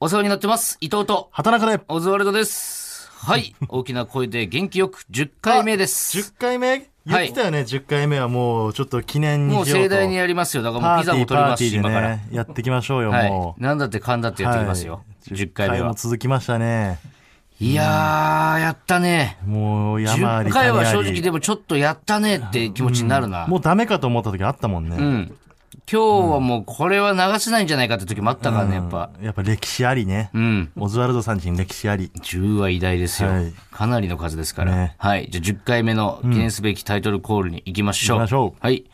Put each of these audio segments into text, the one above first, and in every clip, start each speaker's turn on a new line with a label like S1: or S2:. S1: お世話になってます。伊藤と
S2: 働かない
S1: オズワルドです。 はい。大きな声で元気よく10回目です。
S2: 10回目言ってたよね、10回目はもうちょっと記念にしよ
S1: も
S2: う
S1: う盛
S2: と
S1: 大にやりますよ。だからも
S2: パ
S1: う
S2: ー
S1: ピ
S2: テ
S1: ザ
S2: ィー
S1: も
S2: パ
S1: 取りま
S2: ーテ
S1: す
S2: ィ
S1: し、
S2: ー
S1: 今か
S2: で
S1: ら
S2: ね。やっていきましょうよ、
S1: は
S2: も
S1: い。
S2: う
S1: なんだってかんだってやっていきますよ。
S2: はい
S1: 10回目
S2: も
S1: は。
S2: 続きましたね
S1: いやー、やったね。
S2: もう山あり
S1: 10回は正
S2: 谷あり
S1: 直でもちょっとやったねって気持ちになるな。
S2: もうダメかと思った時あったもんね、
S1: うん。今日はもうこれは流せないんじゃないかって時もあったからね、やっぱ。
S2: やっぱ歴史ありね、
S1: うん。
S2: オズワルドさんちに歴史あり
S1: 10は偉大ですよ
S2: はい。
S1: かなりの数ですから。
S2: ね
S1: はい。じゃあ10回目の記念すべきタイトルコールに行きましょう。
S2: 行きましょ
S1: はい。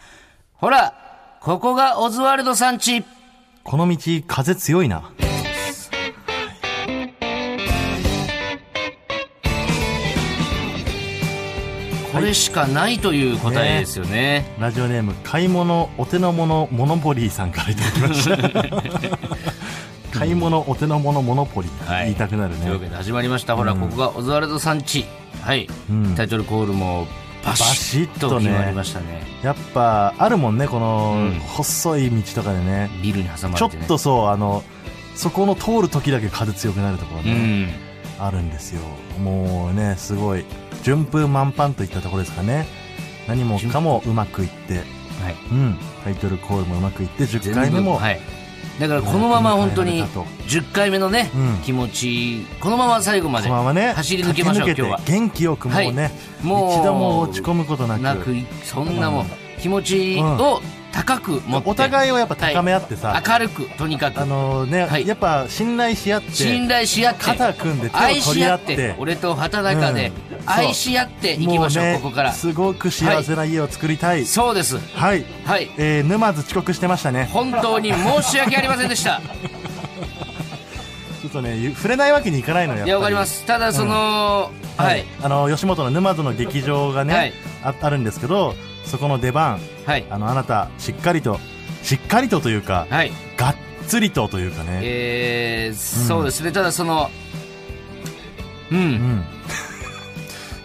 S1: ほらここがオズワルドさんち
S2: この道風強いな
S1: これしかないという答えですよね。
S2: ラジオネーム買い物お手の物モノポリーさんからいただきました 買い物お手の物モノポリー、
S1: はい
S2: 言いたくなる
S1: というわ
S2: ね
S1: けで始まりました。ほら、ここがオズワルドさんち。はい。
S2: ん
S1: タイトルコールもバシッと
S2: バシッとね
S1: 決まりましたね。
S2: やっぱあるもんねこの細い道とかでね、
S1: ビルに挟ま
S2: ちょ
S1: れ
S2: って
S1: ね。
S2: とそうあのそこの通る時だけ風強くなるところ
S1: う
S2: ね、
S1: ん。
S2: あるんですよもうねすごい順風満帆といったところですかね何もかもうまくいって、
S1: はい。
S2: うん、タイトルコールもうまくいって10
S1: 全
S2: 回目
S1: 部
S2: も、
S1: はい。だからこのまま本当に
S2: やられたと
S1: 10回目のね、
S2: うん
S1: 気持ち、このまま最後ま
S2: こ
S1: で
S2: のままね
S1: 走り抜けましょう、今日
S2: 駆け抜
S1: は
S2: け。て元気よくもうね、
S1: はいもう
S2: 一度も落ち込むことなく
S1: なく、そんなも
S2: うん
S1: ん、気持ちを高く持って。
S2: お互いをやっぱ高め合ってさ、
S1: 明るく、とにかく
S2: あ。のね、
S1: はい
S2: やっぱ信頼し合って
S1: 信頼し合って。
S2: 肩組んで手を
S1: 愛
S2: 取
S1: し
S2: り合
S1: 合っ
S2: って
S1: て、俺と畑中で
S2: うんそう
S1: 愛し合っていきましょう、
S2: もね
S1: ここから。
S2: すごく幸せな家を作りたい、
S1: そうです。
S2: はい、
S1: はい。
S2: えー、沼津遅刻してましたね
S1: 本当に申し訳ありませんで した。
S2: ちょっとねゆ触れないわけにいかないのよ
S1: いや、わかります。ただ、その、はい。
S2: あの吉本の沼津の劇場がね、
S1: はい
S2: ああるんですけどそこの出番
S1: はい。
S2: あのあなたしっかりとしっかりとというか、
S1: はい。
S2: がっつりとというかね、
S1: えー、そうですね。ただ、その、う。
S2: うんん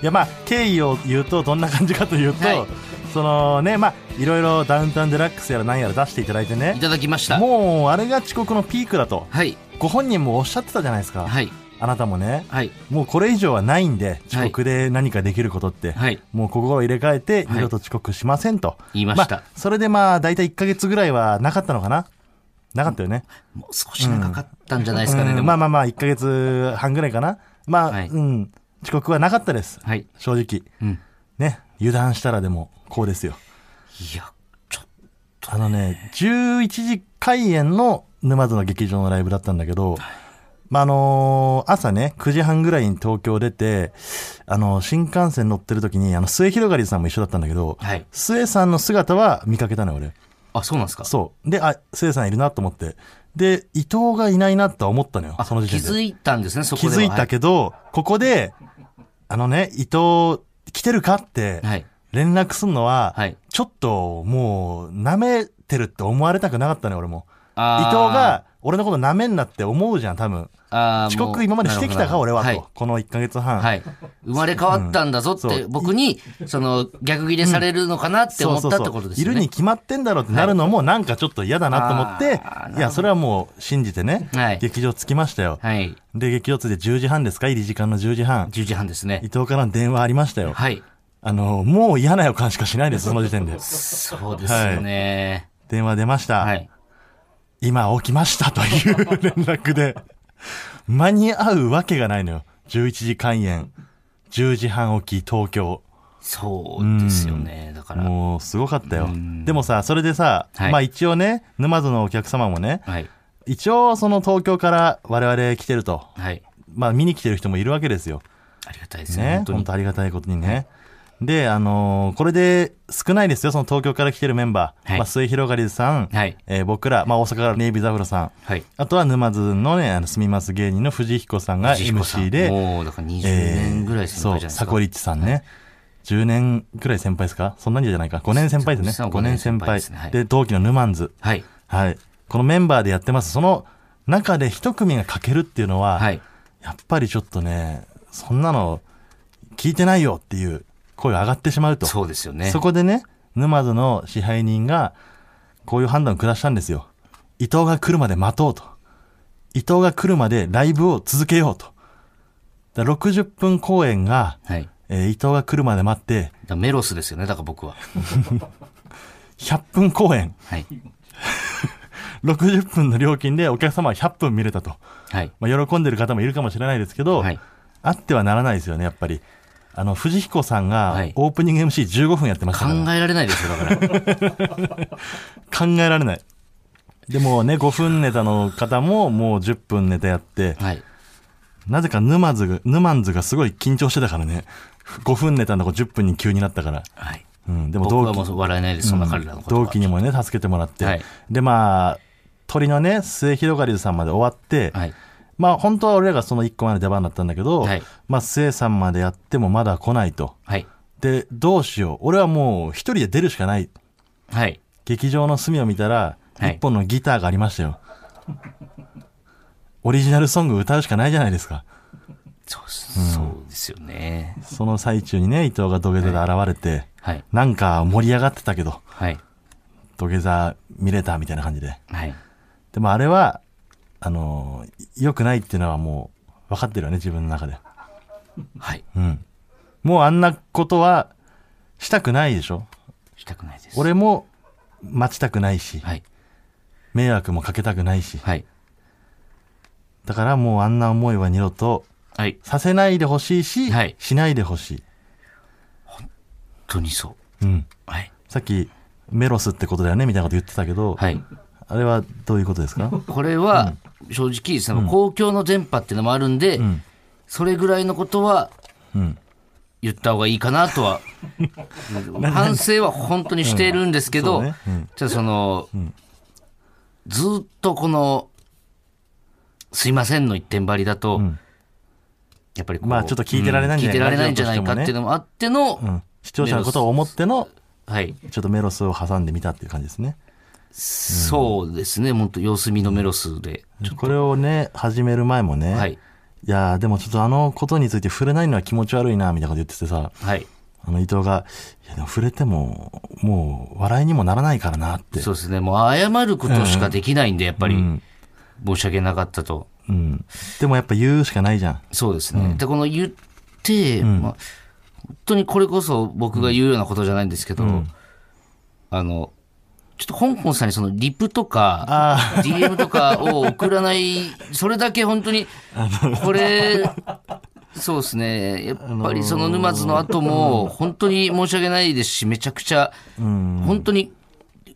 S2: いやまあ経緯を言うとどんな感じかというと、
S1: はい
S2: そのねまあいろいろダウンタウンデラックスやら何やら出していただいて
S1: い
S2: ね
S1: ただきました。
S2: もうあれが遅刻のピークだと
S1: はい。
S2: ご本人もおっしゃってたじゃないですか、
S1: はい。
S2: あなたもね
S1: はい。
S2: もうこれ以上はないんで遅刻で何かできることって、
S1: はい。
S2: もう心を入れ替えて
S1: はい
S2: 二度と遅刻しませんと、
S1: 言いました
S2: あ、それでまあ大体1ヶ月ぐらいはなかったのかななかったよね、
S1: もう少し長かったんじゃないですかね、
S2: うん
S1: でも。
S2: まあまあまあ1ヶ月半ぐらいかなまあ、
S1: はい
S2: うん遅刻はなかったです、
S1: はい。
S2: 正直
S1: うん。
S2: ね油断したらでもこうですよ
S1: いや、ちょっ
S2: あのね11時開演の沼津の劇場のライブだったんだけど、まああのー朝ね9時半ぐらいに東京出て、あの新幹線乗ってる時にあの末広がりさんも一緒だったんだけど、
S1: と。はい。
S2: 末さんの姿は見かけたのよ俺
S1: あ、そうなんですか
S2: そうであ末さんいるなと思ってで伊藤がいないなとは思ったのよ
S1: あ
S2: その時
S1: 気
S2: 点で
S1: づいたんですね、そこ
S2: 気
S1: では。
S2: づいた
S1: は
S2: けど、ここで、あのね、伊藤、来てるかって
S1: い。、はい。
S2: 連絡すんのは、
S1: はい
S2: ちょっと、もう、舐めてるって思われたくなかったね、俺も。伊
S1: あー
S2: 藤が、俺のこと舐めんなって思うじゃん、多分。
S1: あー
S2: 遅
S1: も
S2: 刻
S1: う
S2: 今までしてきたか、
S1: なる
S2: 俺
S1: ほど
S2: は、
S1: はい
S2: と。この1ヶ月半。
S1: はい。生まれ変わったんだぞっ
S2: うん
S1: て、
S2: そう
S1: 僕に、その、逆ギレされるのかなって思ったって
S2: そ
S1: こと
S2: うそう
S1: で
S2: そう
S1: す
S2: い
S1: よ
S2: る
S1: ね。
S2: に決まってんだろうってなるのもなんかちょっと嫌だなと思っ
S1: あー
S2: て、
S1: なるほ
S2: い、
S1: ど
S2: やそれはもう信じてね、
S1: はい
S2: 劇場着きましたよ、
S1: はい。
S2: で劇場着いて10時半ですか入り時間の10時半
S1: 10時半ですね
S2: 伊。藤からの電話ありましたよ、
S1: はい。
S2: あの、もう嫌な予感しかしないです、その時 点で。
S1: そうですよね。
S2: 電話出ました。
S1: はい。
S2: 今起きましたという連絡で。間に合うわけがないのよ。11時開演。10時半起き、東京。
S1: そうですよね。だから。
S2: もう、すごかったよ
S1: う。ん
S2: でもさ、それでさ、
S1: はい
S2: まあ一応ね、沼津のお客様もね、
S1: はい。
S2: 一応その東京から我々来てると。
S1: はい。
S2: まあ見に来てる人もいるわけですよ。
S1: ありがたいですね。
S2: ね
S1: 本。当
S2: 本
S1: に
S2: 当。ありがたいことにね。で、あのーこれで少ないですよ、その東京から来てるメンバー。
S1: はい
S2: まあ、末広がりさん、
S1: はい
S2: えー僕ら、まあ、大阪からネイビーザフロさん。
S1: はい。
S2: あとは沼津のね、あの、すみます芸人の藤彦さんが
S1: 藤彦さん
S2: MC で、
S1: もう、だから20
S2: えー
S1: 年ぐらい先
S2: そ
S1: 輩
S2: う、
S1: じゃないです
S2: サ
S1: か。
S2: コリッチさんね。10年くらい先輩ですかそんなんじゃないか。5年先輩です
S1: そう
S2: ね。
S1: ですね
S2: 5年先
S1: 五
S2: 輩。
S1: 年先輩ですねはい
S2: で、同期のヌマンズ。
S1: はい。
S2: はい。このメンバーでやってます。その中で一組が欠けるっていうのは、
S1: はい。
S2: やっぱりちょっとね、そんなの聞いてないよっていう声が上がってしまうと。
S1: そうですよね。
S2: そこでね、沼津の支配人が、こういう判断を下したんですよ。伊藤が来るまで待とうと。伊藤が来るまでライブを続けようと。だから60分公演が、
S1: はい。だか
S2: えー伊藤が来るまで待って、
S1: らメロスですよね、だから僕は。
S2: 100分公演、
S1: はい。
S2: 60分の料金でお客様は100分見れたと。
S1: はい。
S2: まあ、喜んでる方もいるかもしれないですけど、
S1: はい。
S2: あってはならないですよね、やっぱり。あの、藤彦さん
S1: は
S2: が
S1: い
S2: オープニング MC15 分やってました
S1: 考
S2: から、
S1: えられないですよ、だ から。
S2: 考えられない。でもね、5分ネタの方ももう10分ネタやって、
S1: はい。
S2: なぜか沼津が、沼津がすごい緊張してたからね。5分ネタの子10分に急になったから。
S1: はい。
S2: うん、でも
S1: 僕
S2: 同
S1: は
S2: 期
S1: も、う笑えないです、そんな彼らのことは。
S2: 同期にもね、助けてもらって。
S1: はい
S2: で、まあ、鳥のね、末広がりさんまで終わって、
S1: はい。
S2: まあ本当は俺らがその1個前の出番だったんだけど、
S1: はい
S2: まあ末さんまでやってもまだ来ないと。
S1: はい。
S2: で、どうしよう。俺はもう一人で出るしかない。
S1: はい。
S2: 劇場の隅を見たら、
S1: はい
S2: 一本のギターがありましたよ。オリジナルソング歌うしかないじゃないですか。
S1: そうですそうですよね。
S2: その最中にね、伊藤が土下座で現れて、
S1: はい。
S2: なんか盛り上がってたけど、
S1: はい。
S2: 土下座見れたみたいな感じで。
S1: はい。
S2: でもあれは、あのー良くないっていうのはもう分かってるよね、自分の中で。
S1: はい。
S2: うん。もうあんなことはしたくないでしょ
S1: したくないです。
S2: 俺も待ちたくないし、
S1: はい。
S2: 迷惑もかけたくないし、
S1: はい。
S2: だからもうあんな思いは二度と
S1: はい。
S2: させないでほしいし、
S1: はい
S2: しないでほしい。
S1: 本当にそう。
S2: うん。
S1: はい。
S2: さっき、メロスってことだよねみたいなこと言ってたけど、
S1: はい。
S2: あれはどういうことですか
S1: これは、正直、その公共の電波っていうのもあるんで、
S2: ん
S1: それぐらいのことは
S2: うん。
S1: 言った方がいいかなと は、反省は本当にしているんですけど、
S2: うんそうねうん
S1: じゃあその、ずーっとこの、すいませんの一点張りだと、
S2: ん
S1: やっぱりこう
S2: まあちょっと聞いてられないんじゃない
S1: うん聞いてられないんじゃないかっていうのもあっての、
S2: うん。視聴者のことを思っての、
S1: はい。
S2: ちょっとメロスを挟んでみたっていう感じですね。
S1: そうですね、本当様子見のメロスで。
S2: これをね、始める前もね、
S1: はいい。
S2: やーでもちょっとあのことについて触れないのは気持ち悪いな、みたいなこと言っててさ、
S1: はい。
S2: あの伊藤が、いやでも触れても、もう笑いにもならないからなって。
S1: そうですね、もう謝ることしかできないんで、やっぱり、
S2: ん
S1: 申し訳なかったと。
S2: うん。でもやっぱ言うしかないじゃん。
S1: そうですね。で、この言って、まあ、本当にこれこそ僕が言うようなことじゃないんですけど、あの、ちょっと香港さんにそのリプとか、
S2: あ
S1: DM とかを送らない、それだけ本当に、これ、そうですね。やっぱりその沼津の後も、本当に申し訳ないですし、めちゃくちゃ、本当に、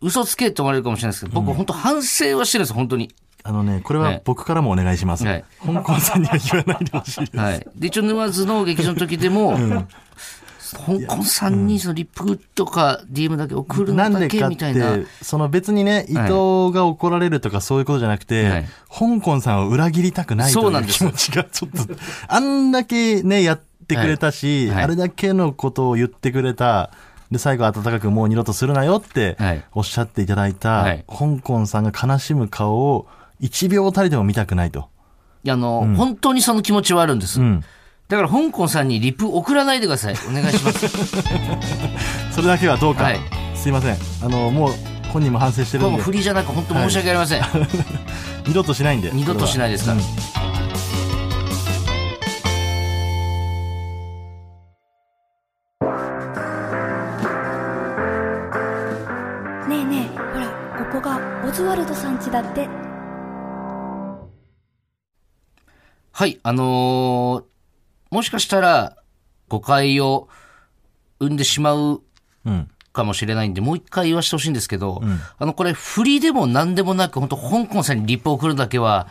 S1: 嘘つけって思われるかもしれないですけど、僕本当反省はしてるんですよ、本当に。
S2: あ、あのね、これは
S1: ね
S2: 僕からもお願いします。
S1: はい
S2: 香港さんには言わないでほしいです。
S1: はい。で、一応沼津の劇場の時でも、香港さんにそのリプとか DM だけ送る
S2: な
S1: の
S2: んで
S1: だけ
S2: かっ
S1: みたいな。
S2: て、その別にね、伊藤が怒られるとかそういうことじゃなくて、
S1: はい
S2: 香港さんを裏切りたくない
S1: そ
S2: と
S1: う
S2: い
S1: な
S2: うん
S1: です
S2: 気持ちがちょっと、 あんだけね、やってくれたし、
S1: はいはい
S2: あれだけのことを言ってくれた、で、最後温かくもう二度とするなよって
S1: はい
S2: おっしゃっていただいた、
S1: はい
S2: 香港さんが悲しむ顔を1秒たりでも見たくないと。
S1: いやあの、本当にその気持ちはあるんです。
S2: ん
S1: だから香港さんにリプ送らないでください。お願い します。
S2: それだけはどうか。
S1: はい
S2: すいません。あの、もう本人も反省して
S1: こ
S2: る
S1: れ
S2: ん
S1: も
S2: で
S1: う、振りじゃなく本当申し訳ありません。
S2: 二度としないんで。
S1: 二度としないですから。
S3: ねえねえほらここがオズワルドさん家だって
S1: はい、あのーもしかしたら誤解を生んでしまう
S2: これは。うん。
S1: かもしれないんで、もう一回言わせてほしいんですけど、あの、これ、振りでも何でもなく、本当香港さんにリップ送るだけは、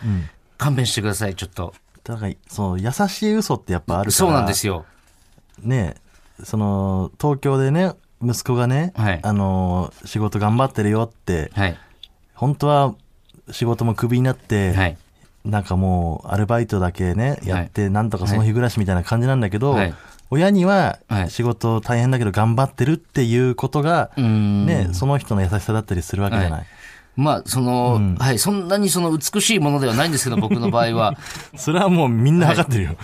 S1: 勘弁してください、ちょっと。
S2: だから、そう、優しい嘘ってやっぱあるから。
S1: そうなんですよ。
S2: ねその東京でね息子がね、
S1: はい
S2: あの仕事頑張ってるよって
S1: はい。
S2: 本当は仕事もクビになって、
S1: はい。
S2: なんかもうアルバイトだけねやって、なんとかその日暮らしみたいな感じなんだけど、
S1: はい
S2: 親には
S1: はい
S2: 仕事大変だけど頑張ってるっていうことが、
S1: うーん。
S2: ねその人の優しさだったりするわけじゃない、
S1: はまあ、その、はい、そんなにその美しいものではないん ですけど、僕の場合は。
S2: それはもうみんな分かってるよ、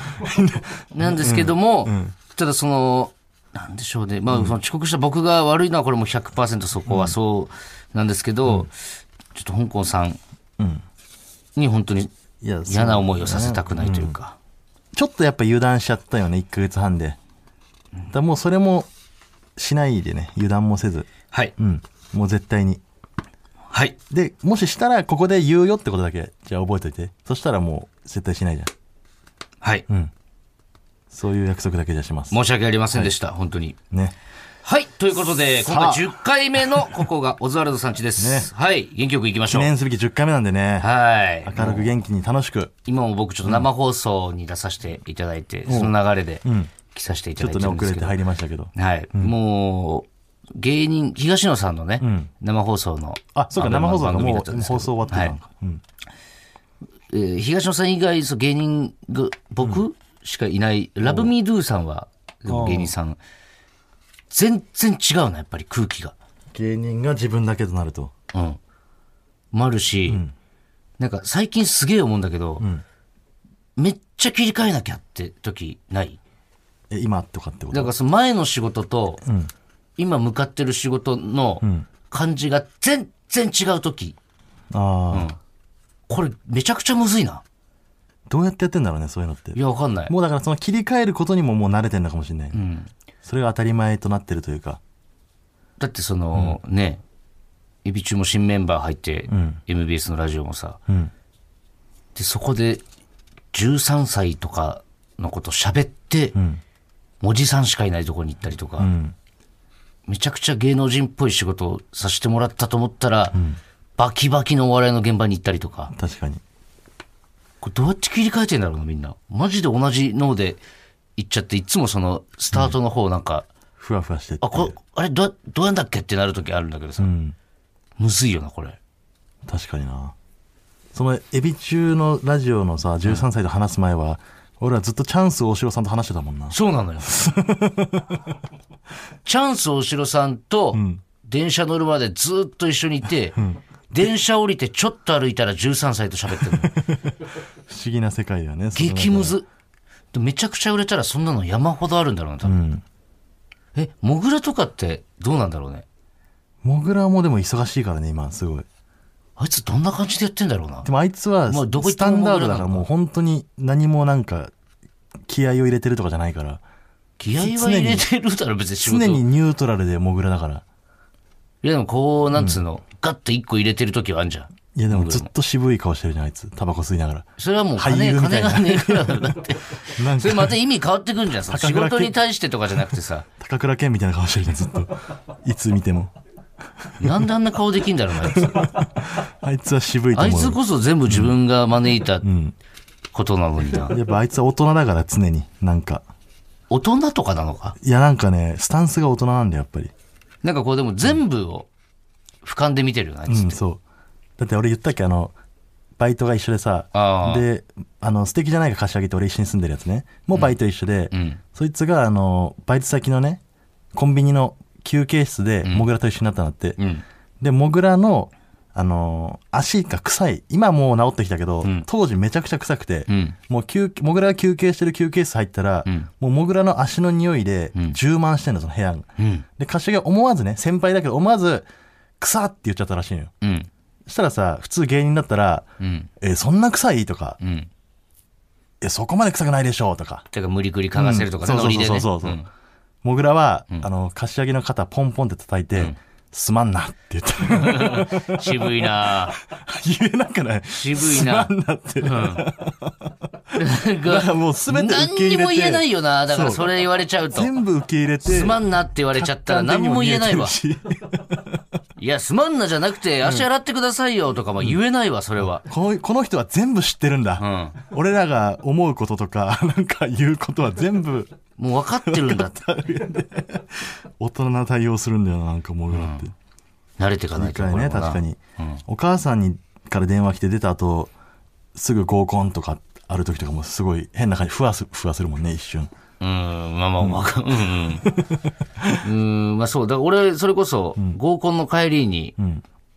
S1: なんですけども、ただその、なんでしょうね。まあ、その遅刻した僕が悪いのは、これもう100%そこはそうなんですけど、ちょっと香港さんに本当に
S2: いや
S1: 嫌な思いをさせたくないというか。
S2: ちょっとやっぱ油断しちゃったよね、1ヶ月半で。だからもうそれもしないでね、油断もせず。
S1: はい。
S2: うん。もう絶対に。
S1: はい。
S2: で、もししたらここで言うよってことだけ、じゃあ覚えといて。そしたらもう絶対しないじゃん。
S1: はい。
S2: そういう約束だけじゃします。
S1: 申し訳ありませんでした。本当に。
S2: ね。
S1: はい。ということで、今回
S2: さ
S1: 10
S2: あ
S1: 回目のここがオズワルドさんち です。はい。元気よく行きまし
S2: 記
S1: ょう。
S2: 念すべき10回目なんでね。
S1: はい。
S2: 明るく元気に楽しく。
S1: 今も僕ちょっと生放送に出させていただいて、その流れで来させてい
S2: ち
S1: た
S2: ょっ
S1: だいて
S2: とね、
S1: るんで
S2: 遅
S1: す
S2: れ
S1: け
S2: て
S1: ど。
S2: 入りましたけど。
S1: はい。もう、芸人、東野さんのね、生放送の。
S2: あ、そうか、
S1: の
S2: 生放送が
S1: 番組だ
S2: も
S1: ったん
S2: う
S1: ですけど
S2: 放送終わってたの
S1: はい
S2: か。うん
S1: えー東野さん以外、そう芸人が、僕しかいない、ラブミードゥさんは、でも芸人さん、全然違うな、やっぱり空気が。
S2: 芸人が自分だけとなると。
S1: うん。もあるし、なんか最近すげえ思うんだけど、めっちゃ切り替えなきゃって時ない
S2: え、今とかってこ
S1: だ
S2: と
S1: からその前の仕事と、今向かってる仕事の感じが全然違う時、
S2: ああ。
S1: これめちゃくちゃむずいな。
S2: どうやってやってんだろうね、そういうのって
S1: い。や、わかんない。
S2: もうだからその切り替えることにももう慣れてるのかもしれないね、それが当たり前となってるというか。
S1: だってその、ね、エビ中も新メンバー入って、MBS のラジオもさ、
S2: ん
S1: で、そこで13歳とかのこと喋って、おじさんしかいないとこに行ったりとか、めちゃくちゃ芸能人っぽい仕事をさせてもらったと思ったら、バキバキのお笑いの現場に行ったりとか、
S2: 確かに。
S1: これどうやって切り替えてんだろうな、みんな。マジで同じ脳で行っちゃって、いつもその、スタートの方なんか、
S2: ふわふわしてって
S1: あ、。こあれ、ど、どうやんだっけってなる時あるんだけどさ、
S2: うん。
S1: むずいよな、これ。
S2: 確かにな。そのエビ中のラジオのさ、13歳と話す前は、俺はずっとチャンス大城さんと話してたもんな。
S1: そうなの よ。チャンス大城さんと、電車乗るまでずっと一緒にいて、電車降りてちょっと歩いたら13歳と喋 ってるの。
S2: 不思議な世界だよね。それはね
S1: 激ムズ。でめちゃくちゃ売れたらそんなの山ほどあるんだろうな、多分。え、モグラとかってどうなんだろうね。
S2: モグラもでも忙しいからね、今、すごい。
S1: あいつどんな感じでやってんだろうな
S2: で。もあいつは、
S1: もうどこ行
S2: ス
S1: っても
S2: タンダ
S1: モ
S2: ード
S1: グラ
S2: だ
S1: な
S2: か
S1: の
S2: ら
S1: か
S2: もう本当に何もなんか、気合を入れてるとかじゃないから、
S1: 気合は入れてるだろ、別に仕事。
S2: 常にニュートラルでモグラだから。
S1: いやでもこう、なんつうの、ガッて一個入れてる時はあんじゃん。
S2: いやでもずっと渋い顔してるじゃん、あいつ。タバコ吸いながら。
S1: それはもう
S2: 俳
S1: 金、
S2: 優み
S1: 金
S2: たいな
S1: がねえからだって。
S2: なん
S1: そ
S2: か
S1: れまた意味変わってくんじゃん。その仕
S2: 高倉健
S1: 事に対してとかじゃなくてさ、
S2: 高倉健みたいな顔してるじゃん、ずっと。いつ見ても。
S1: なんであんな顔できんだろうな、あ いつ。
S2: あいつは渋いと
S1: あい
S2: 思う
S1: つ
S2: よ。
S1: こそ全部自分が招いたことなのに な。
S2: やっぱあいつは大人だから常に。なんか。
S1: 大人とかなのか
S2: いやなんかね、スタンスが大人なんだよ、やっぱり。
S1: なんかこうでも全部を俯瞰で見てるよな、あいうつ。
S2: ん、そう。だって俺言ったっけ、あの、バイトが一緒でさ
S1: あ、ー
S2: で、あの、素敵じゃないか柏木と俺一緒に住んでるやつね。もうバイト一緒で、
S1: うん。
S2: そいつが、あの、バイト先のね、コンビニの休憩室で、モグラと一緒になったなって。
S1: うん。
S2: で、モグラの、あのー足が臭い。今もう治ってきたけど、
S1: ん
S2: 当時めちゃくちゃ臭くて、
S1: うん。
S2: もう休、モグラが休憩してる休憩室入ったら、
S1: ん
S2: もうモグラの足の匂いで
S1: うん
S2: 充満してんの、その部屋が。
S1: うん。
S2: で、柏木が思わずね、先輩だけど思わず、臭って言っちゃったらしいのよ。
S1: うん。
S2: そしたらさ、普通芸人だったら、
S1: うん。
S2: え、そんな臭いとか、
S1: うん。
S2: え、そこまで臭くないでしょうとか。
S1: てか無理くり嗅がせるとかね、
S2: うん
S1: ノリでね。
S2: そうそうそうそう
S1: うん
S2: モグラは、あの、柏木の肩ポンポンって叩いて、すまんなって言 って、
S1: 渋いなぁ
S2: 言えなくない
S1: 渋いな
S2: すまん なって。
S1: なん
S2: だから
S1: か、
S2: もう全て受け
S1: 何
S2: 入れて
S1: にも言えないよな。だから
S2: そ
S1: そうれ言われちゃうと。
S2: 全部受け入れて
S1: すまんなって言われちゃったら何も言えないわ。
S2: 客観的にも見えてるし
S1: いや、すまんなじゃなくて、足洗ってくださいよとかも言えないわ、それは。
S2: このこの人は全部知ってるん
S1: う
S2: だ、
S1: ん。
S2: 俺らが思うこととか なんか言うことは全部
S1: もう分かってるんだ って。
S2: 大人な対応するんだよななんかモグラって、
S1: 慣れていかない
S2: 一
S1: と
S2: 回ね確か。に、お母さんにから電話来て出た後すぐ合コンとかある時とかもすごい変な感じふわすふわするもんね一瞬
S1: これもなうん、まあまあ、わかうんうん。うん、まあそう。だから俺、それこそ、合コンの帰りに、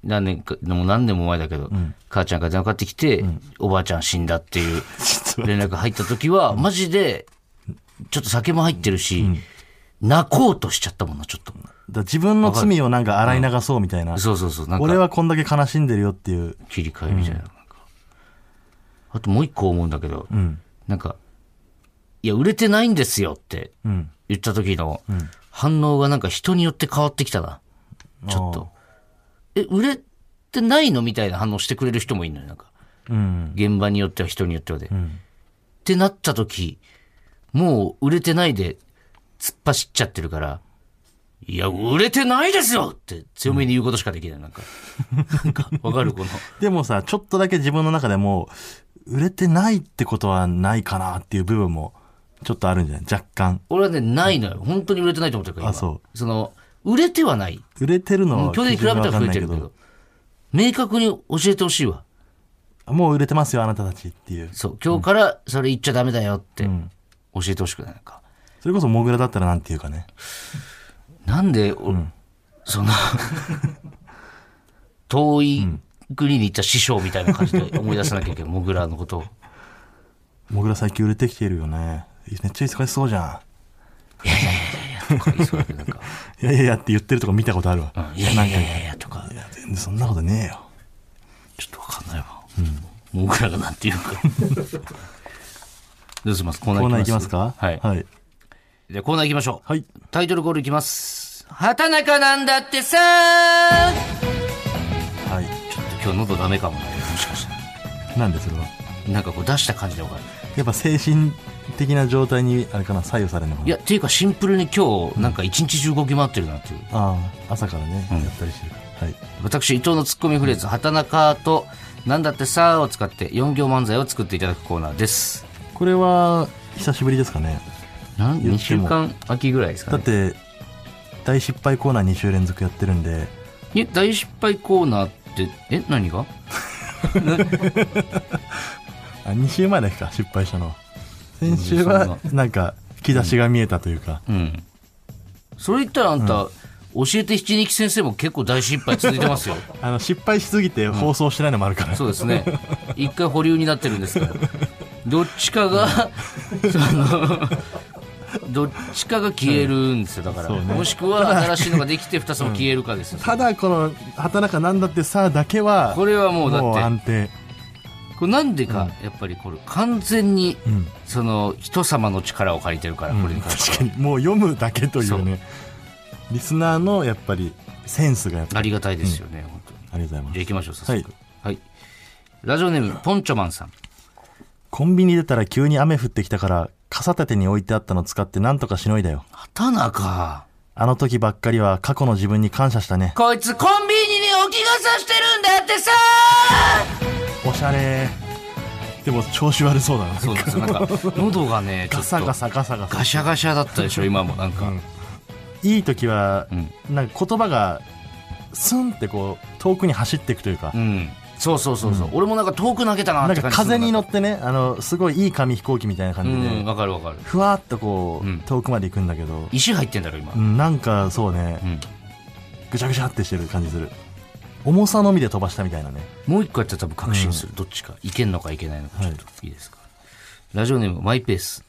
S1: 何年か、でも何年も前だけど、母ちゃんから電話かかってきて、おばあちゃん死んだっていう
S2: 実は
S1: 連絡が入った時は、マジで、ちょっと酒も入ってるし、泣こうとしちゃったもんな、ちょっと。
S2: だ自分の罪をなんか洗い流そうみたいな、
S1: そうそうそう。なんか
S2: 俺はこんだけ悲しんでるよっていう
S1: 切り替えみたいな。なんかあともう一個思うんだけど、
S2: うん。
S1: なんか、いや、売れてないんですよって
S2: うん。
S1: 言った時の反応がなんか人によって変わってきたな。ちょっと。え、売れてないのみたいな反応してくれる人もいるのよ。なんか、
S2: うん。
S1: 現場によっては人によってはで。ってなった時、もう売れてないで突っ走っちゃってるから、いや、売れてないですよって強めに言うことしかできない。なん か、なんか、わかるこの。
S2: でもさ、ちょっとだけ自分の中でも、売れてないってことはないかなっていう部分も、ちょっとあるんじゃない若干。
S1: 俺はね、ないのよ。本当に売れてないと思ってるから、
S2: あ
S1: 今
S2: そ
S1: その、売れてはない。
S2: 売れてるの
S1: も
S2: は
S1: う去年に比べたら増えてるけ
S2: 基準がわかんな
S1: ど、
S2: い
S1: 明確に教えてほしいわ。
S2: どもう売れてますよ、あなたたちっていう。
S1: そう、今日からそれ言っちゃダメだよって教えてほしくないなんか。
S2: それこそモグラだったらなんていうかね。
S1: なんで、おその、 遠い国に行った師匠みたいな感じで思い出さなきゃいけない、モグラのことを。
S2: モグラ最近売れてきてるよね。めっちゃ忙しそうじゃ
S1: とか言いそうだけどなんか、
S2: ん。いやいやいやって言ってるとこ見たことある わ。
S1: うんいやいやいやいやとか
S2: い、や、全然そんなことねえよ。
S1: ちょっとわかんないわ。モグラがなんていうか。 どうしますコーナー
S2: コー
S1: 行
S2: ナー行
S1: き
S2: き
S1: ま
S2: ますすか
S1: はい。
S2: はい。
S1: じゃあコーナー行きましょう。
S2: はい。
S1: タイトルコールいきます。畑中なんだってさー
S2: はい。
S1: ちょっと今日喉ダメかもね。もしかした
S2: なんでそれは。
S1: ら。なんかこう出した感じでわかる。
S2: やっぱ精神的な状態に、あれかな、左右されるのかな。
S1: いや、っていうかシンプルに今日、なんか一日中動き回ってるなっていう。
S2: ああ、朝からね、
S1: ん
S2: やったりしてるから。はい。
S1: 私、伊藤のツッコミフレーズ、畑中と、なんだってさーを使って4行漫才を作っていただくコーナーです。
S2: これは、久しぶりですかね。
S1: なん
S2: 言
S1: 2
S2: って
S1: 週
S2: も
S1: 間秋ぐらいです
S2: だ
S1: か
S2: っ
S1: ね。
S2: て、大失敗コーナー2週連続やってるんで、
S1: え、大失敗コーナーって、え、何が
S2: あ、2週前だけか、失敗したのは。先週は、なんか、引き出しが見えたというか、
S1: うん。それ言ったらあんた、教えて七二木先生も結構大失敗続いてますよ。
S2: あの、失敗しすぎて放送してないのもあるから。
S1: そうですね。一回保留になってるんですから。どっちかが、その、どっちかが消えるんですよ、だから。
S2: そうね
S1: もしくは新しいのができて2つも消えるかですよ。
S2: ただ、この、畑中なんだってさ、だけは、
S1: これはもうだ
S2: もう
S1: って、
S2: 安定。
S1: これなんでか、やっぱりこれ完全に、
S2: うん。
S1: その人様の力を借りてるから、これに関しては
S2: 確かに、もう読むだけというね。リスナーの、やっぱり、センスがやっぱり、
S1: ありがたいですよね、本当に。
S2: ありがとうご
S1: じ
S2: ざ
S1: ゃあ
S2: い
S1: 行きましょう、早速。
S2: ま
S1: は
S2: す。はい
S1: い。。ラジオネーム、ポンチョマンさん。
S2: コンビニ出たら急に雨降ってきたから、傘立てに置いてあったの使ってなんとかしのいだよ。
S1: 畑中。
S2: あの時ばっかりは過去の自分に感謝したね。
S1: こいつコンビニに置き傘してるんだってさ
S2: おしゃれでも調子悪そうだ な。
S1: そうですなんか喉がねちょ
S2: ガ
S1: っと
S2: サガサガサガサ。
S1: ガシャガシャだったでしょ今もなんか、
S2: うんいい時は、
S1: う
S2: なんか言葉が、スンってこう、遠くに走っていくというか
S1: う、ん、そうそうそうそう、俺もなんか遠く投げたな
S2: な
S1: っ
S2: ん
S1: て
S2: か
S1: 感じする
S2: 風に乗
S1: っ
S2: ってね、あの、すごいいい紙飛行機みたいな感
S1: う
S2: じで、
S1: んわかるわかる
S2: ふわっとこう、
S1: うん
S2: 遠くまで行くんだけど、
S1: 石入ってんだろ今、
S2: うんなんかそうね、
S1: うん
S2: ぐちゃぐちゃってしてる感じする。重さのみで飛ばしたみたいなね。
S1: もう一個やったら多分確信する、どっちかいけんのかいけないのかちょっといいですか、ラジオネームマイペース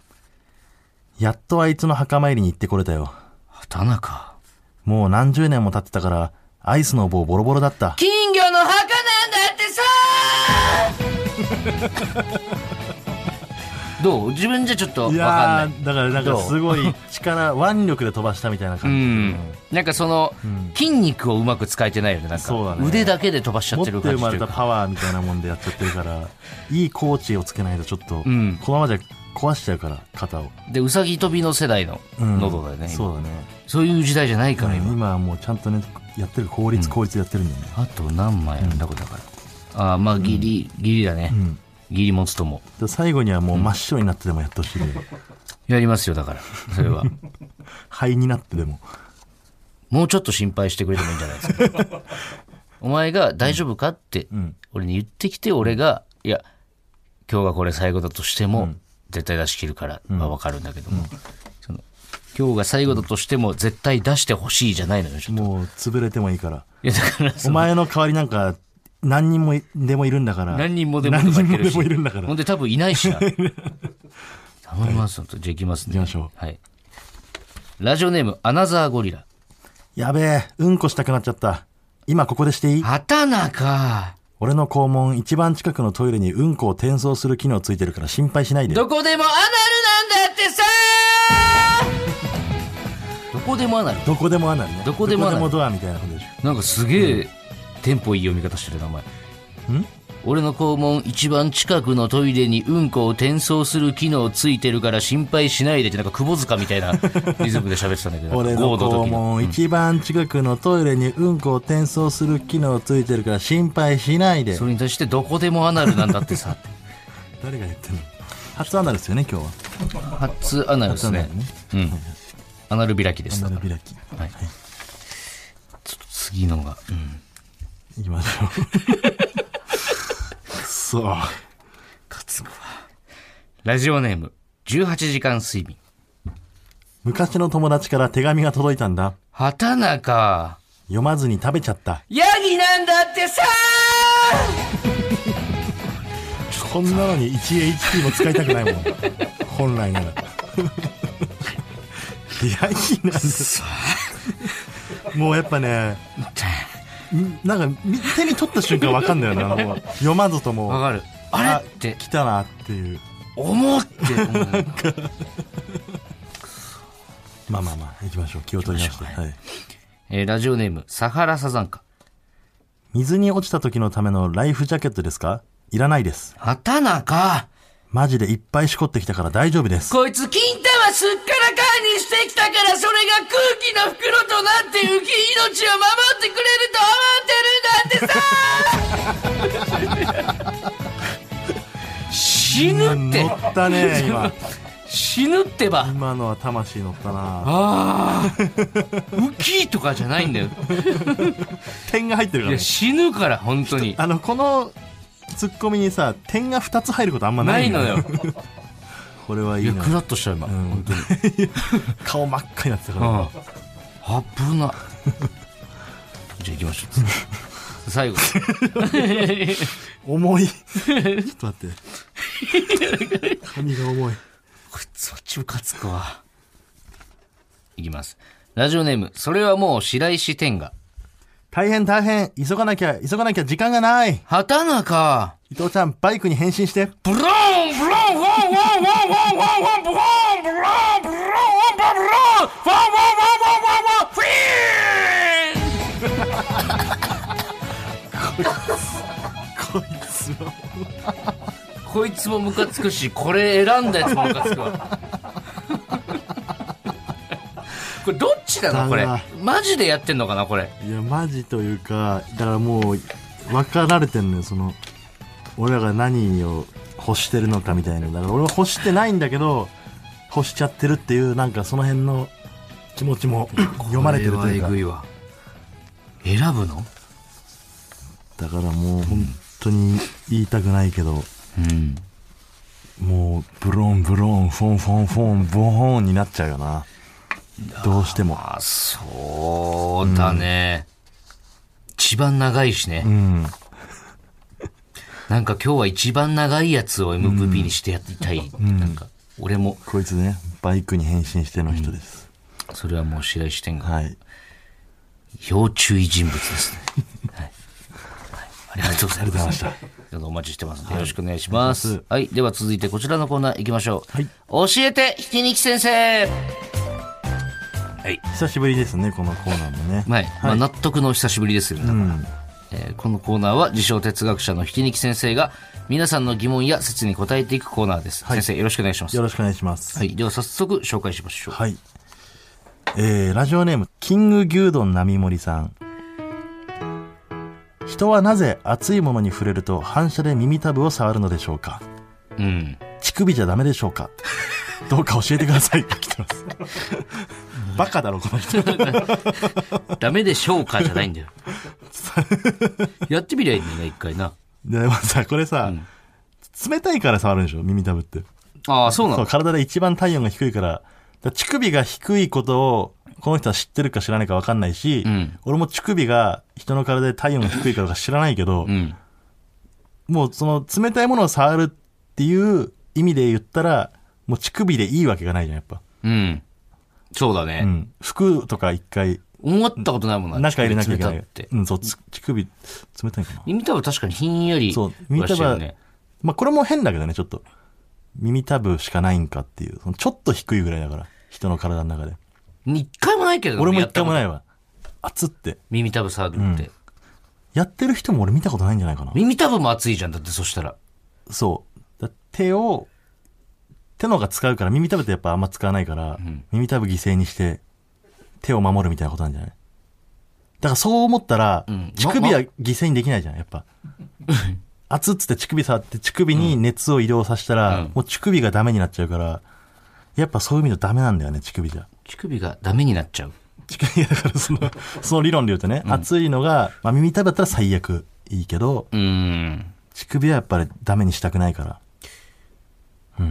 S2: やっとあいつの墓参りに行ってこれたよ。
S1: 畑中
S2: もう何十年も経ってたから、アイスの棒ボロボロだった。
S1: 金魚の墓なんだってさ どう自分じゃちょっとわ
S2: い
S1: か
S2: や
S1: んない
S2: ー、だからなんか
S1: どう
S2: すごい力、腕力で飛ばしたみたいな
S1: う
S2: 感
S1: ん
S2: じ、
S1: なんかその、筋肉をうまく使えてないよねなん
S2: そうだ
S1: か
S2: ね
S1: 腕だけで飛ばしちゃ
S2: 持
S1: っ
S2: ってて
S1: る感
S2: 生
S1: じ
S2: ま
S1: とい
S2: れ
S1: うか
S2: たパワーみたいなもんでやっちゃってるから、いいコーチをつけないとちょっと、
S1: ん
S2: このままじゃ壊しちゃうから、肩を。
S1: でうさぎ跳びの世代の
S2: うん
S1: 喉だよね、
S2: そうだね。
S1: そういう時代じゃないから
S2: うん
S1: 今、
S2: 今はもうちゃんとね、やってる、効率効率でやってるんだよね。
S1: あと何枚あるんだこれだから、ああまあギリ、ギリだね、
S2: うん。
S1: ギリ持つとも
S2: で最後にはもう真っ白になってでもやってほ しいで、
S1: やりますよだからそれ は
S2: 肺になってでも。
S1: もうちょっと心配してくれてもいいんじゃないですか お前が大丈夫かって
S2: うん。
S1: 俺に言ってきて俺がいや今日がこれ最後だとしても、絶対出し切るからは分かるんだけども、その今日が最後だとしても絶対出してほしいじゃないのよちょっと
S2: もう潰れてもいいから。
S1: いやだからそ
S2: お
S1: の
S2: 前の代わりなんか、何人もいでもいるんだから。
S1: 何人もでもとか言ってるし
S2: 何人もでもいるんだから
S1: ほんで多分いない しな頼みますよとじゃあ行きますね
S2: 行きましょ
S1: はいラジオネームアナザーゴリラ
S2: やべえ、うんこしたくなっちゃった。今ここでしていい
S1: 畑中
S2: 俺の肛門一番近くのトイレにうんこを転送する機能ついてるから心配しないで。
S1: どこでもアナルなんだってさどこでもアナル
S2: どこでもアナルね。
S1: どこでもアナル
S2: ドアみたいなことでしょ。
S1: なんかすげえ、テンポいい読み方してる名前。ん俺の肛門一番近くのトイレにうんこを転送する機能ついてるから心配しないでってなんか窪塚みたいなリズムで喋ってたんだけど、
S2: 俺
S1: ゴー
S2: の
S1: ドの
S2: 肛
S1: 時の。
S2: 門一番近くのトイレにうんこを転送する機能ついてるから心配しないで
S1: そ。れに対してどこでもアナルなんだってさ。
S2: 誰が言ってんの初アナルですよね、今日は。
S1: 初アナルですね。うん。アナル開きです。
S2: ア
S1: だ
S2: ナ
S1: か
S2: ル
S1: ら
S2: 開き。
S1: はい。ちょっと次のが。うん
S2: 行きましょう。そう。
S1: ラジオネーム、18時間睡眠。
S2: 昔の友達から手紙が届いたんだ。
S1: 畑中。
S2: 読まずに食べちゃった。
S1: ヤギなんだってさ
S2: こんなのに 1HP も使いたくないもん。本来なら。いや、いいなんです。もうやっぱね、んなんかみ手に取った瞬間わかんだよな。もう読まずともう。
S1: わかる。あれって
S2: 来たなっていう。
S1: 思って思う
S2: まあまあまあ、行きましょう。気を取り直して。はい。
S1: えーラジオネーム、サハラサザンカ。
S2: 水に落ちた時のためのライフジャケットですかいらないです。
S1: 畑中
S2: マジでいっぱいしこってきたから大丈夫です。
S1: こいつ、金玉すっからかんにしてきたから、それが空気の袋となって浮き、命を守ってくれると思ってるんだってさ死ぬって
S2: 乗ったね、今。
S1: 死ぬってば
S2: 今のは魂乗ったな
S1: ああ浮きとかじゃないんだよ
S2: 点が入ってる
S1: い
S2: から
S1: や
S2: ね。
S1: 死ぬから本当に
S2: あの、このツッコミにさ、点が2つ入ることあんまな
S1: ないい
S2: んだ
S1: のよ。
S2: これはい
S1: い
S2: い
S1: や
S2: な
S1: ク。ラッとした今、
S2: うん
S1: 本当に
S2: 顔真っ赤になってたから。
S1: うん危なじゃあ行きましょ う最後
S2: 重い。ちょっと待って。髪が重い。
S1: こいつそっちムカつくわいきますラジオネームそれはもう白石天が
S2: 大変大変。急がなきゃ、急がなきゃ時間がない。
S1: 畑中
S2: 伊藤ちゃん、バイクに変身して。
S1: ブロンブロンワンワンワンワンワンワンブロンブロンブロンワンブロンワンワンワンワンワンワンフィーン
S2: こいつは。
S1: こいつもムカつくし、これ選んだやつもムカつくわ。これどっちなのこれ
S2: だな。
S1: マジでやってんのかなこれ。
S2: いや、マジというか、だからもう、分かられてんのよ、その、俺らが何を欲してるのかみたいな。だから俺は欲してないんだけど、欲しちゃってるっていう、なんかその辺の気持ちも読まれてるというか
S1: こ。れはえぐいわ。選ぶの
S2: だからもう本当に言いたくないけど、
S1: うん。
S2: もう、ブロンブロン、フォンフォンフォン、ボーンになっちゃうよな。どうしても。
S1: あ、そうだね。一番長いしね。
S2: うん。
S1: なんか今日は一番長いやつを MVP にしてやりたい。なんか、俺も、
S2: こいつね、バイクに変身しての人です。
S1: それはもう白石天が。
S2: はい。
S1: 要注意人物ですね。 はい。はいありがとうございま
S2: ありがとうございまし
S1: したた。どうぞお待ちしてますので、よろしくお願いします。はい。では続いてこちらのコーナー行きましょう。
S2: はい
S1: 教えて、ひき肉先生
S2: 久しぶりですね、このコーナーもね。
S1: はい。まあ、納得のお久しぶりですよね。
S2: うん。
S1: えーこのコーナーは自称哲学者のひき肉先生が皆さんの疑問や説に答えていくコーナーです。先生、よろしくお願いします。
S2: よ
S1: は
S2: ろしくお願いします。はい。
S1: い。では早速紹介しましょう。
S2: えー、ラジオネーム、キング牛丼並盛さん。人はなぜ熱いものに触れると反射で耳たぶを触るのでしょうか
S1: うん。
S2: 乳首じゃダメでしょうかどうか教えてください。来てます。バカだろ、この人。
S1: ダメでしょうかじゃない んだよ。やってみりゃいいんだよね、一回な。
S2: でもさ、これさ、冷たいから触るんでしょ耳たぶって。
S1: ああ、そうな
S2: そう、
S1: の
S2: 体で一番体温が低いから、だから乳首が低いことを、この人は知ってるか知らないか分かんないし、
S1: うん
S2: 俺も乳首が人の体で体温が低いかとか知らないけど、
S1: うん。
S2: もうその冷たいものを触るっていう意味で言ったら、もう乳首でいいわけがないじゃん、やっぱ。
S1: うん。そうだね。
S2: うん。服とか一回
S1: 思ったことないもんな。
S2: 中入れなきゃいけな
S1: 冷
S2: い
S1: たって。
S2: うんそうつ乳首冷たいかな
S1: 耳たぶ確かにひんやり
S2: そ
S1: は
S2: う耳た
S1: して
S2: ぶ
S1: る
S2: は
S1: ね。
S2: まあこれも変だけどねちょっと耳たぶしかないんかっていうそのちょっと低いぐらいだから人の体の中で
S1: 一回もないけど。
S2: 俺も一回もないいわ熱って
S1: 耳たぶ触るって。
S2: やってる人も俺見たことないんじゃないかな
S1: 耳たぶも熱いじゃん。だってそしたら。
S2: そうだ手を手の方が使うから耳たぶってやっぱあんま使わないから、耳たぶ犠牲にして手を守るみたいなことなんじゃないだからそう思ったら、
S1: ん
S2: 乳首は犠牲にできないじゃんやっ ぱ熱っつって乳首触って乳首に熱を移動させたら、
S1: うん
S2: もう乳首がダメになっちゃうからやっぱそういう意味でダメなんだよね乳首じゃ
S1: 乳首がダメになっちゃう。
S2: 乳首だからその その理論で言うとね、熱いのが、まあ、耳たぶだったら最悪いいけど
S1: うーん。
S2: 乳首はやっぱりダメにしたくないから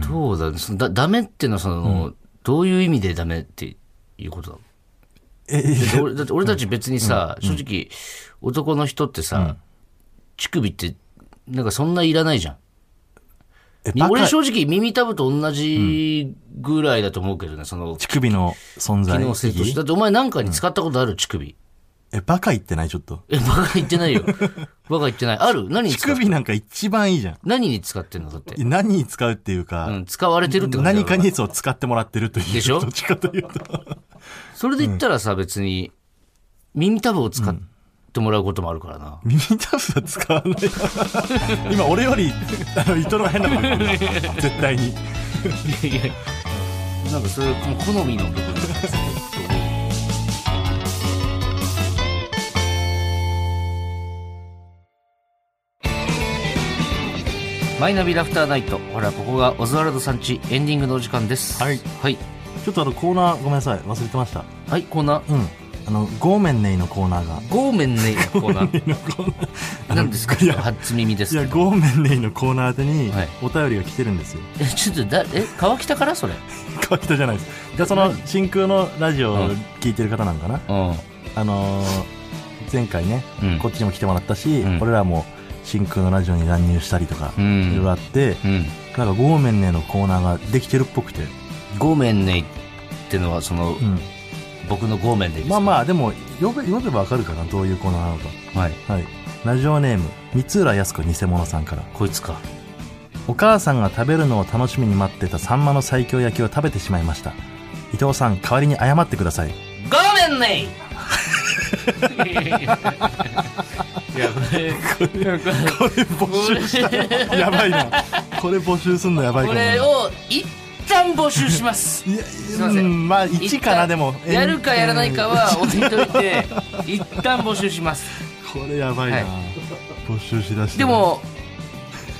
S1: どうだろうそのだ、ダメっていうのはその、どういう意味でダメっていうこと だ
S2: え
S1: だ
S2: え
S1: って俺だって俺たち別にさ、正直、男の人ってさ、乳首って、なんかそんないらないじゃん。
S2: え
S1: み
S2: バカ
S1: 俺正直耳たぶと同じぐらいだと思うけどね、その
S2: 乳首の存
S1: 機
S2: 在
S1: 能性として。だってお前なんかに使ったことある乳首。
S2: え、バカ言ってないちょっと。
S1: え、バカ言って ないよ。バカ言ってない。ある何に
S2: 乳
S1: 使う
S2: 首なんか一番いいじゃん。
S1: 何に使ってんのだって。
S2: 何に使うっていうか、
S1: うん、使われてるって感じだ
S2: 何
S1: ろ
S2: かにそう使ってもらってるという。
S1: でしょ
S2: どっちかというと。
S1: それで言ったらさ、別に、耳たぶを使ってもらうこともあるからな。
S2: 耳たぶは使わないよ。 今俺より、あの、イトロが変なこと言ってるな絶対に。
S1: いやいやなんかそういうもう好みの部分なんですけど。マイナビラフターナイト。ほら、ここがオズワルドさんちエンディングのお時間です。
S2: はい
S1: はい。
S2: ちょっとあの、コーナーごめんなさい。忘れてました。
S1: はい、コーナー。
S2: うん。あの、ごめんねいのコーナーが。
S1: ごめんね、コーナー。 何ですか
S2: いや
S1: 初耳で
S2: い
S1: す
S2: や、
S1: けど。
S2: ごめんねいのコーナー宛てに
S1: はい、
S2: お便りが来てるんですよ。
S1: え、ちょっとだ、え、川北からそれ。
S2: 川北じゃないです。じゃあその、真空のラジオを聞いてる方なんかな。
S1: うん。
S2: あのー前回ね、
S1: うん
S2: こっちにも来てもらったし、
S1: うん
S2: 俺らも真空のラジオに乱入したりとか、
S1: う
S2: いろいろ
S1: ん。
S2: あって、
S1: うん。
S2: なんかごめんねのコーナーができてるっぽくて、
S1: ごめんねってのは、その、
S2: うん
S1: 僕のごめんでいいですか
S2: まあまあ、でも、呼べ、呼べばわかるかな、どういうコーナーなのか。
S1: あ。はい。
S2: はい。ラジオネーム、三浦康子偽物さんから。
S1: こいつか。
S2: お母さんが食べるのを楽しみに待ってたサンマの最強焼きを食べてしまいました。伊藤さん、代わりに謝ってください。
S1: ごめんねいや、これ、
S2: これ募集した。 やばいな。これ募集すんのやばい
S1: こ
S2: かもな。
S1: れを一旦募集します。
S2: いや、
S1: いません
S2: うん、まあ1かなでも
S1: 一旦やるかやらないかは置いといて、一旦募集します。
S2: これやばいな、
S1: はい
S2: 募集しだして
S1: でも、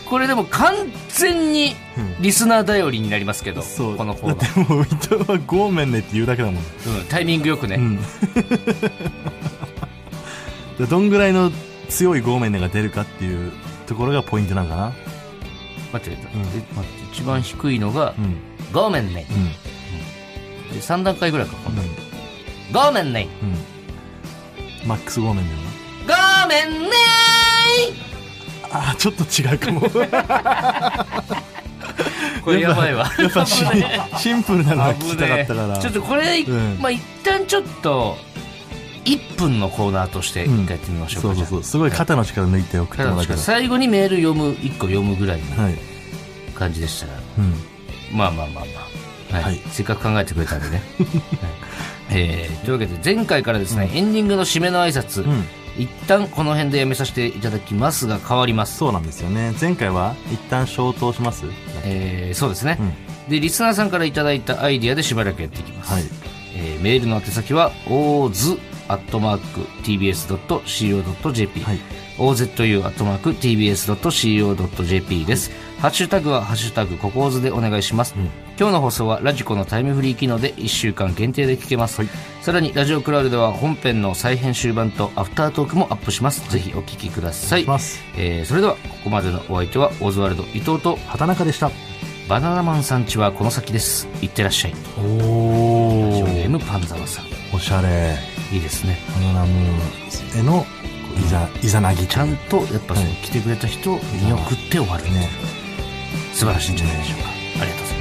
S1: これでも完全にリスナー頼りになりますけど、
S2: そう
S1: このコーナ
S2: だ
S1: ー。
S2: ってもう伊藤は「ごめんね」って言うだけだもん、
S1: うん、タイミングよくね。
S2: うん、 でどんぐらいの強い「ごめんね」が出るかっていうところがポイントなんかな
S1: 待って、
S2: うん
S1: え待って一番低いのが
S2: う、ん
S1: ごめんね
S2: う。ん
S1: で3段階ぐらいか、
S2: うん
S1: ごめんね。
S2: うんマックスごめんねだ
S1: ごめんね
S2: なあーちょっと違うかも
S1: これやばいわ。
S2: やっぱ シンシンプルなのが聞きたかったから、
S1: ちょっとこれ、
S2: うん
S1: まあ一旦ちょっと、1分のコーナーとして一回やってみましょうか。
S2: そうそうそうすごい肩の力抜いて送って
S1: じゃあ
S2: も
S1: た
S2: ら
S1: だ確から
S2: うか
S1: に最後にメール読む、1個読むぐらいの
S2: はい、
S1: 感じでしたら、
S2: うん、
S1: まあまあまあまあ、はい
S2: はい
S1: せっかく考えてくれたんで ね、はいえーというわけで前回からですね、エンディングの締めの挨拶、
S2: うん
S1: 一旦この辺でやめさせていただきますが変わります、
S2: そうなんですよね前回は一旦消灯します
S1: えーそうですね、
S2: うん
S1: でリスナーさんからいただいたアイディアでしばらくやっていきます、
S2: はい
S1: えーメールの宛先は oz.tbs.co.jp、
S2: はい
S1: ozu.tbs.co.jp です。ハッシュタグは、ハッシュタグ、ココーズでお願いします。今日の放送は、ラジコのタイムフリー機能で1週間限定で聞けます。
S2: はい
S1: さらに、ラジオクラウドでは本編の再編集版とアフタートークもアップします。ぜひお聞きください。
S2: します
S1: えーそれでは、ここまでのお相手は、オズワルド伊藤と、
S2: 畑中でした
S1: バナナマンさんちはこの先です。いってらっしゃい。
S2: お
S1: ラジオネー
S2: ー
S1: ムパンザワさん。
S2: おしゃれ
S1: いいですね。
S2: バナナムーンへのいざいざなぎ
S1: ち
S2: ちゃ
S1: ゃ
S2: ん
S1: ん
S2: ね
S1: と、やっぱその
S2: はい
S1: 来てくれた人を見送って終わるね。素晴らしいんじゃないでしょうか。ありがとうございます。